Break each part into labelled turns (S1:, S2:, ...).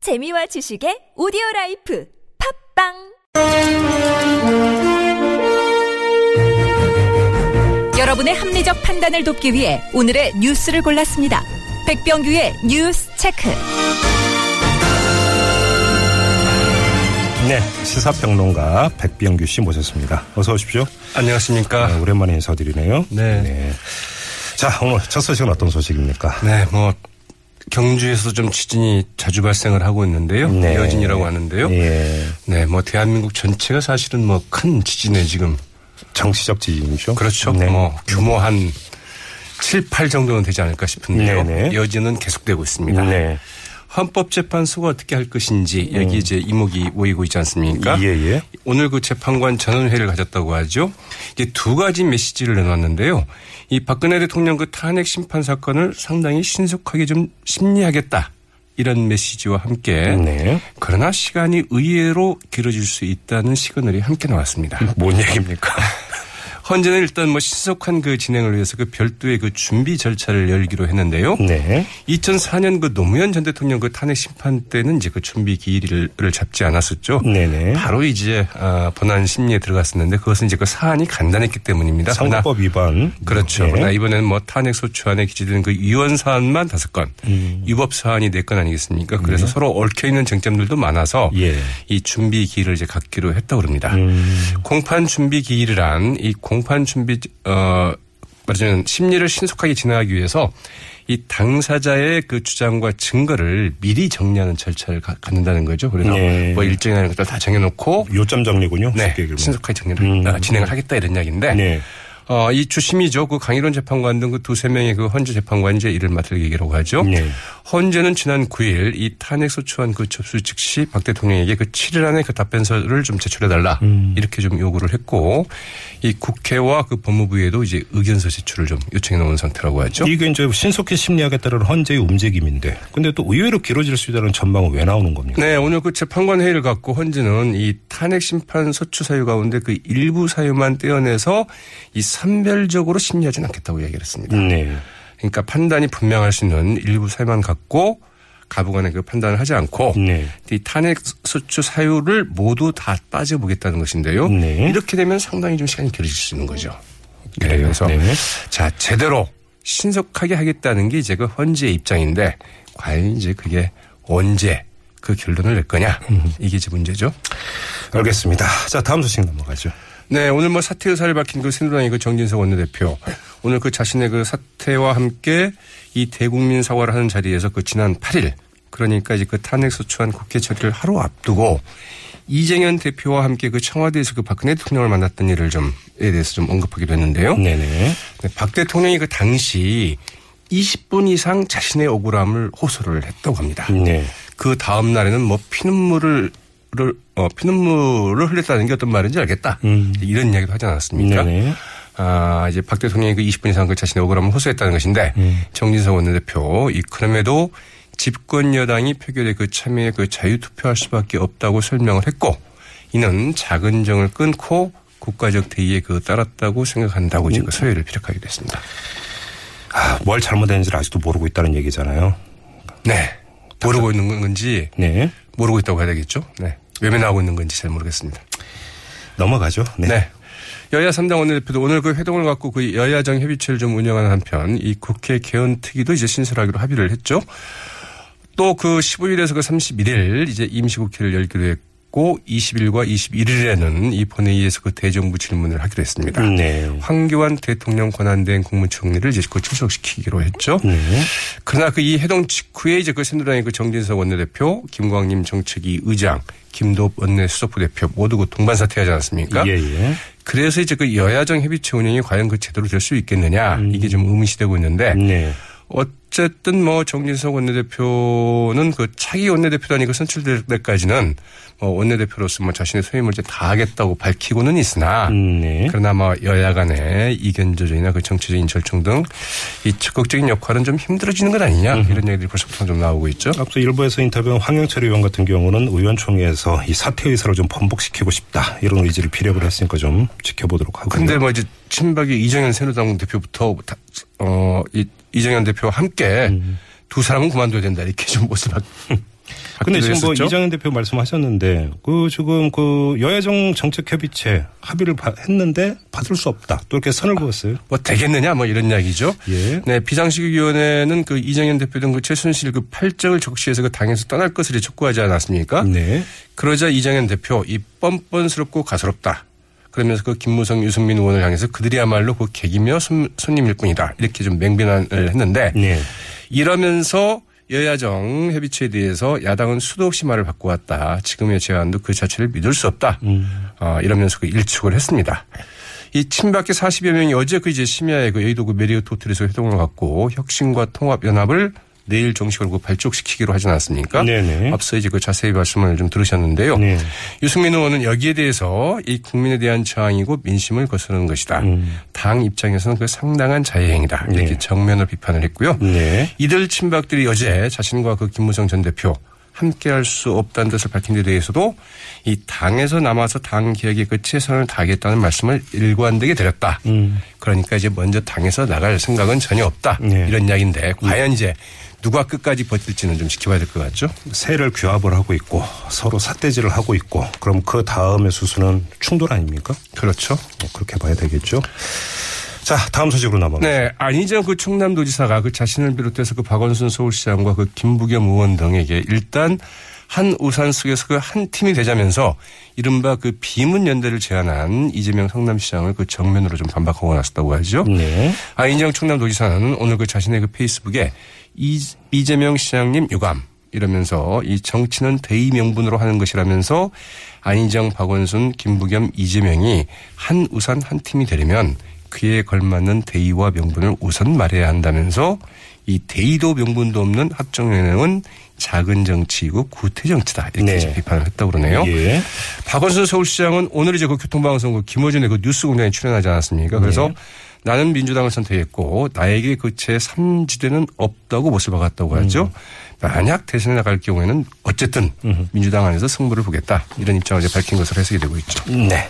S1: 재미와 지식의 오디오 라이프 팝빵
S2: 여러분의 합리적 판단을 돕기 위해 오늘의 뉴스를 골랐습니다. 백병규의 뉴스 체크.
S3: 네, 시사평론가 백병규 씨 모셨습니다. 어서 오십시오. 네,
S4: 안녕하십니까.
S3: 오랜만에 인사드리네요.
S4: 네.
S3: 자, 오늘 첫 소식은 어떤 소식입니까?
S4: 네, 뭐 경주에서 좀 지진이 자주 발생을 하고 있는데요.
S3: 네.
S4: 여진이라고 하는데요.
S3: 예,
S4: 네, 뭐 대한민국 전체가 사실은 뭐 큰 지진에 지금
S3: 정치적 지진이죠.
S4: 그렇죠.
S3: 네.
S4: 뭐 규모 한 7, 8 정도는 되지 않을까 싶은데요.
S3: 네, 네.
S4: 여진은 계속되고 있습니다.
S3: 네.
S4: 헌법재판소가 어떻게 할 것인지 여기 이제 이목이 모이고 있지 않습니까?
S3: 음. 예, 예.
S4: 오늘 그 재판관 전원회를 가졌다고 하죠. 이제 두 가지 메시지를 내놨는데요. 이 박근혜 대통령 그 탄핵 심판 사건을 상당히 신속하게 좀 심리하겠다. 이런 메시지와 함께
S3: 네.
S4: 그러나 시간이 의외로 길어질 수 있다는 시그널이 함께 나왔습니다.
S3: 뭔 얘기입니까?
S4: 헌재는 일단 뭐 신속한 그 진행을 위해서 그 별도의 그 준비 절차를 열기로 했는데요.
S3: 네.
S4: 2004년 그 노무현 전 대통령 그 탄핵 심판 때는 이제 그 준비 기일을 잡지 않았었죠.
S3: 네네.
S4: 바로 이제 아, 본안 심리에 들어갔었는데 그것은 이제 그 사안이 간단했기 때문입니다. 그러나
S3: 선거법 위반.
S4: 그렇죠.
S3: 네.
S4: 그러나 이번에는 뭐 탄핵 소추안에 기재된 그 위헌 사안만 다섯 건,
S3: 음.
S4: 위법 사안이 네 건 아니겠습니까? 그래서 서로 얽혀 있는 쟁점들도 많아서
S3: 예.
S4: 이 준비 기일을 이제 갖기로 했다고 합니다.
S3: 음.
S4: 공판 준비 기일이란 이 공판 준비 어 말하자면 심리를 신속하게 진행하기 위해서 이 당사자의 그 주장과 증거를 미리 정리하는 절차를 가- 갖는다는 거죠. 그래서
S3: 네.
S4: 뭐 일정이라는 것들 다 정해놓고
S3: 요점 정리군요.
S4: 네,
S3: 쉽게 얘기하면. 음.
S4: 신속하게 정리를 아, 진행을 하겠다 이런 이야기인데
S3: 네.
S4: 어, 이 주심이죠. 그 강일원 재판관 등 그 두세 명의 그 헌재 재판관 이제 이를 맡을 계기라고 하죠.
S3: 네.
S4: 헌재는 지난 9일 이 탄핵 소추안 그 접수 즉시 박 대통령에게 그 7일 안에 그 답변서를 좀 제출해달라
S3: 음.
S4: 이렇게 좀 요구를 했고 이 국회와 그 법무부에도 이제 의견서 제출을 좀 요청해 놓은 상태라고 하죠.
S3: 이게 이제 신속히 심리하겠다는 헌재의 움직임인데, 근데 또 의외로 길어질 수 있다는 전망은 왜 나오는 겁니까?
S4: 네, 오늘 그 재판관 회의를 갖고 헌재는 이 탄핵 심판 소추 사유 가운데 그 일부 사유만 떼어내서 이 선별적으로 심리하지는 않겠다고 이야기를 했습니다.
S3: 네.
S4: 그러니까 판단이 분명할 수 있는 일부 사유만 갖고 가부간의 그 판단을 하지 않고
S3: 네.
S4: 이 탄핵 소추 사유를 모두 다 따져보겠다는 것인데요.
S3: 네.
S4: 이렇게 되면 상당히 좀 시간이 길어질 수 있는 거죠. 네,
S3: 그래요.
S4: 그래서
S3: 네.
S4: 자 제대로 신속하게 하겠다는 게 이제 그 헌재의 입장인데 과연 이제 그게 언제 그 결론을 낼 거냐
S3: 음.
S4: 이게 이제 문제죠.
S3: 알겠습니다. 자, 다음 소식 넘어가죠.
S4: 네, 오늘 뭐 사퇴 의사를 밝힌 그 새누리당의 그 정진석 원내대표 오늘 그 자신의 그 사퇴와 함께 이 대국민 사과를 하는 자리에서 그 지난 8일 그러니까 이제 그 탄핵 소추안 국회 처리를 하루 앞두고 이재현 대표와 함께 그 청와대에서 그 박근혜 대통령을 만났던 일을 좀에 대해서 좀 언급하기도 했는데요.
S3: 네네.
S4: 네, 박 대통령이 그 당시 20분 이상 자신의 억울함을 호소를 했다고 합니다.
S3: 네.
S4: 그 다음 날에는 뭐 피눈물을 를- 어, 피눈물을 흘렸다는 게 어떤 말인지 알겠다. 이런 이야기도 하지 않았습니까?
S3: 음. 네네.
S4: 아, 이제 박 대통령이 그 20분 이상 그 자신의 억울함을 호소했다는 것인데
S3: 음.
S4: 정진석 원내대표 이 그럼에도 집권 여당이 표결에 그 참여에 그 자유 투표할 수밖에 없다고 설명을 했고 이는 작은 정을 끊고 국가적 대의에 그 따랐다고 생각한다고
S3: 음.
S4: 이제 그 서열을 피력하기도 했습니다.
S3: 아, 뭘 잘못했는지를 아직도 모르고 있다는 얘기잖아요.
S4: 네. 모르고 있는 건지
S3: 네.
S4: 모르고 있다고 해야 되겠죠. 네. 외면하고 있는 건지 잘 모르겠습니다.
S3: 넘어가죠. 네.
S4: 네. 여야 3당 원내대표도 오늘 그 회동을 갖고 그 여야정 협의체를 좀 운영하는 한편 이 국회 개헌특위도 이제 신설하기로 합의를 했죠. 또 그 15일에서 그 31일 이제 임시국회를 열기로 했고 20일과 21일에는 이 본회의에서 그 대정부 질문을 하기로 했습니다.
S3: 네.
S4: 황교안 대통령 권한대행 국무총리를 이제 그 출석시키기로 했죠.
S3: 네.
S4: 그러나 그 이 해동 직후에 이제 그 새누리당의 그 정진석 원내대표, 김광림 정책위 의장, 김도읍 원내 수석부대표 모두 그 동반 사퇴하지 않았습니까?
S3: 예, 예.
S4: 그래서 이제 그 여야정 협의체 운영이 과연 그 제대로 될 수 있겠느냐 이게 좀 의문시되고 있는데
S3: 음. 네.
S4: 어쨌든 뭐 정진석 원내대표는 그 차기 원내대표단이 그 선출될 때까지는 뭐 원내대표로서 뭐 자신의 소임을 이제 다하겠다고 밝히고는 있으나
S3: 네.
S4: 그러나 뭐 여야 간의 이견 조정이나 그 정치적인 절충 등 이 적극적인 역할은 좀 힘들어지는 것 아니냐 이런 얘기들이 벌써부터 좀 나오고 있죠.
S3: 앞서 일부에서 인터뷰한 황영철 의원 같은 경우는 의원총회에서 이 사퇴 의사를 좀 번복시키고 싶다 이런 의지를 피력을 했으니까 좀 지켜보도록 하고요.
S4: 근데 뭐 이제 친박의 이정현 새누리당 대표부터 다- 어, 이, 이정현 대표와 함께 두 사람은 그만둬야 된다 이렇게 좀 모습을
S3: 음. 근데
S4: 받기로
S3: 지금 뭐
S4: 했었죠?
S3: 이장현 대표 말씀하셨는데 그 지금 그 여야정 정책협의체 합의를 바- 했는데 받을 수 없다. 또 이렇게 선을 그었어요.
S4: 뭐 되겠느냐 뭐 이런 이야기죠.
S3: 예.
S4: 네, 비상식위원회는 그 이정현 대표 등 그 최순실 그 팔적을 적시해서 그 당에서 떠날 것을 촉구하지 않았습니까?
S3: 네.
S4: 그러자 이정현 대표 이 뻔뻔스럽고 가소롭다. 그러면서 그 김무성, 유승민 의원을 향해서 그들이야말로 그 객이며 손, 님일 뿐이다. 이렇게 좀 맹변을 했는데
S3: 네.
S4: 이러면서 여야정 협의체에 대해서 야당은 수도 없이 말을 바꿔왔다. 지금의 제안도 그 자체를 믿을 수 없다.
S3: 음.
S4: 어, 이러면서 그 일축을 했습니다. 이 친박계 40여 명이 어제 그 이제 심야에 그 여의도 그 메리어트 호텔에서 회동을 갖고 혁신과 통합연합을 내일 정식으로 그 발족시키기로 하지 않았습니까?
S3: 네네.
S4: 앞서 이제 그 자세히 말씀을 좀 들으셨는데요.
S3: 네.
S4: 유승민 의원은 여기에 대해서 이 국민에 대한 저항이고 민심을 거스르는 것이다. 당 입장에서는 그 상당한 자해행위다. 이렇게
S3: 음. 네.
S4: 정면으로 비판을 했고요.
S3: 네.
S4: 이들 친박들이 어제 자신과 그 김무성 전 대표 함께할 수 없다는 뜻을 밝힌 데 대해서도 이 당에서 남아서 당 개혁에 그 최선을 다하겠다는 말씀을 일관되게 드렸다. 그러니까 이제 먼저 당에서 나갈 생각은 전혀 없다.
S3: 음. 네.
S4: 이런 이야기인데 과연 이제 누가 끝까지 버틸지는 좀 지켜봐야 될 것 같죠.
S3: 세를 규합을 하고 있고 서로 삿대질을 하고 있고 그럼 그 다음의 수순은 충돌 아닙니까?
S4: 그렇죠.
S3: 뭐 그렇게 봐야 되겠죠. 자, 다음 소식으로 넘어가.
S4: 네, 안희정 그 충남도지사가 그 자신을 비롯해서 그 박원순 서울시장과 그 김부겸 의원 등에게 일단 한 우산 속에서 그 한 팀이 되자면서 이른바 그 비문 연대를 제안한 이재명 성남시장을 그 정면으로 좀 반박하고 나섰다고 하죠.
S3: 네.
S4: 안희정 아, 충남도지사는 오늘 그 자신의 그 페이스북에 이, 이재명 시장님 유감 이러면서 이 정치는 대의 명분으로 하는 것이라면서 안희정, 박원순, 김부겸, 이재명이 한 우산 한 팀이 되려면 그에 걸맞는 대의와 명분을 우선 말해야 한다면서 이 대의도 명분도 없는 합정연행은 작은 정치이고 구태 정치다 이렇게
S3: 네.
S4: 이제 비판을 했다고 그러네요.
S3: 예.
S4: 박원순 서울시장은 오늘 이제 그 교통방송 그 김어준의 그 뉴스공장에 출연하지 않았습니까? 그래서
S3: 네.
S4: 나는 민주당을 선택했고 나에게 그 제 3지대는 없다고 못을 박았다고
S3: 음.
S4: 하죠. 만약 대신에 나갈 경우에는 어쨌든 민주당 안에서 승부를 보겠다 이런 입장을 이제 밝힌 것으로 해석이 되고 있죠.
S3: 네.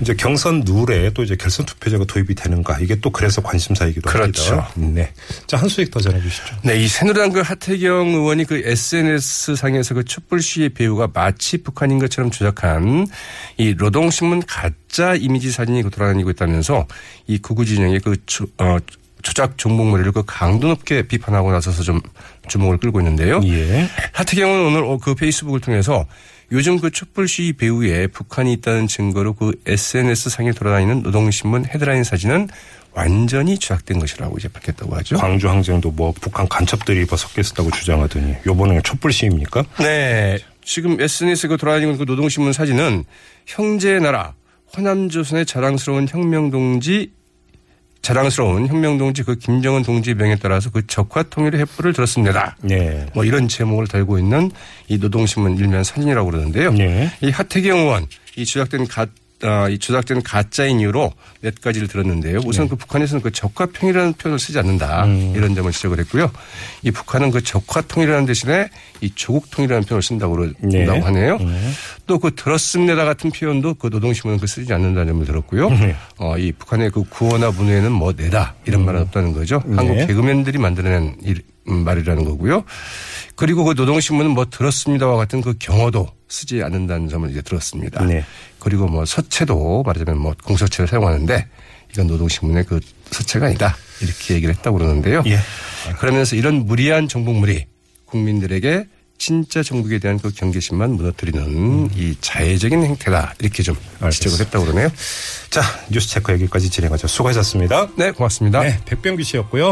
S3: 이제 경선 룰에 또 이제 결선 투표제가 도입이 되는가 이게 또 그래서 관심사이기도
S4: 그렇죠.
S3: 합니다. 네. 자, 한 소식 더 전해 주시죠.
S4: 네, 이 새누리당 그 하태경 의원이 그 SNS 상에서 그 촛불 시위 배우가 마치 북한인 것처럼 조작한 이 노동신문 가짜 이미지 사진이 그 돌아다니고 있다면서 이 구구 진영의 그 조, 어, 조작 종목머리를 그 강도 높게 비판하고 나서서 좀 주목을 끌고 있는데요.
S3: 예.
S4: 하태경은 오늘 어, 그 페이스북을 통해서 요즘 그 촛불 시위 배후에 북한이 있다는 증거로 그 SNS 상에 돌아다니는 노동신문 헤드라인 사진은 완전히 조작된 것이라고 이제 밝혔다고 하죠.
S3: 광주 항쟁도 뭐 북한 간첩들이 뭐 섞여 있었다고 주장하더니 요번에 촛불 시위입니까?
S4: 네. 지금 SNS가 돌아다니는 그 노동신문 사진은 형제의 나라 호남조선의 자랑스러운 혁명동지 자랑스러운 혁명동지 그 김정은 동지의 명에 따라서 그 적화 통일의 횃불을 들었습니다.
S3: 네.
S4: 뭐 이런 제목을 달고 있는 이 노동신문 일면 사진이라고 그러는데요.
S3: 네.
S4: 이 하태경 의원 이 조작된 가 아, 이 조작된 가짜인 이유로 몇 가지를 들었는데요.
S3: 네.
S4: 우선 그 북한에서는 그 적화평이라는 표현을 쓰지 않는다
S3: 음.
S4: 이런 점을 지적을 했고요. 이 북한은 그 적화통이라는 대신에 이 조국통이라는 표현을 쓴다고 그러-
S3: 네.
S4: 쓴다고 하네요. 또 그 들었습니다 같은 표현도 그 노동신문은 그 쓰지 않는다는 점을 들었고요. 어, 이 북한의 그 구호나 문호에는 뭐 내다 이런 말은 없다는 거죠. 한국
S3: 네.
S4: 개그맨들이 만들어낸 일- 음, 말이라는 거고요. 그리고 그 노동신문은 뭐 들었습니다와 같은 그 경어도 쓰지 않는다는 점을 이제 들었습니다.
S3: 네.
S4: 그리고 뭐 서체도 말하자면 뭐 공서체를 사용하는데 이건 노동신문의 그 서체가 아니다 이렇게 얘기를 했다고 그러는데요.
S3: 예.
S4: 그러면서 이런 무리한 정복물이 국민들에게 진짜 정국에 대한 그 경계심만 무너뜨리는 이 자해적인 행태다 이렇게 좀 지적을 했다고 그러네요.
S3: 자, 뉴스 체크 여기까지 진행하죠. 수고하셨습니다.
S4: 네, 고맙습니다.
S3: 네, 백병규 씨였고요.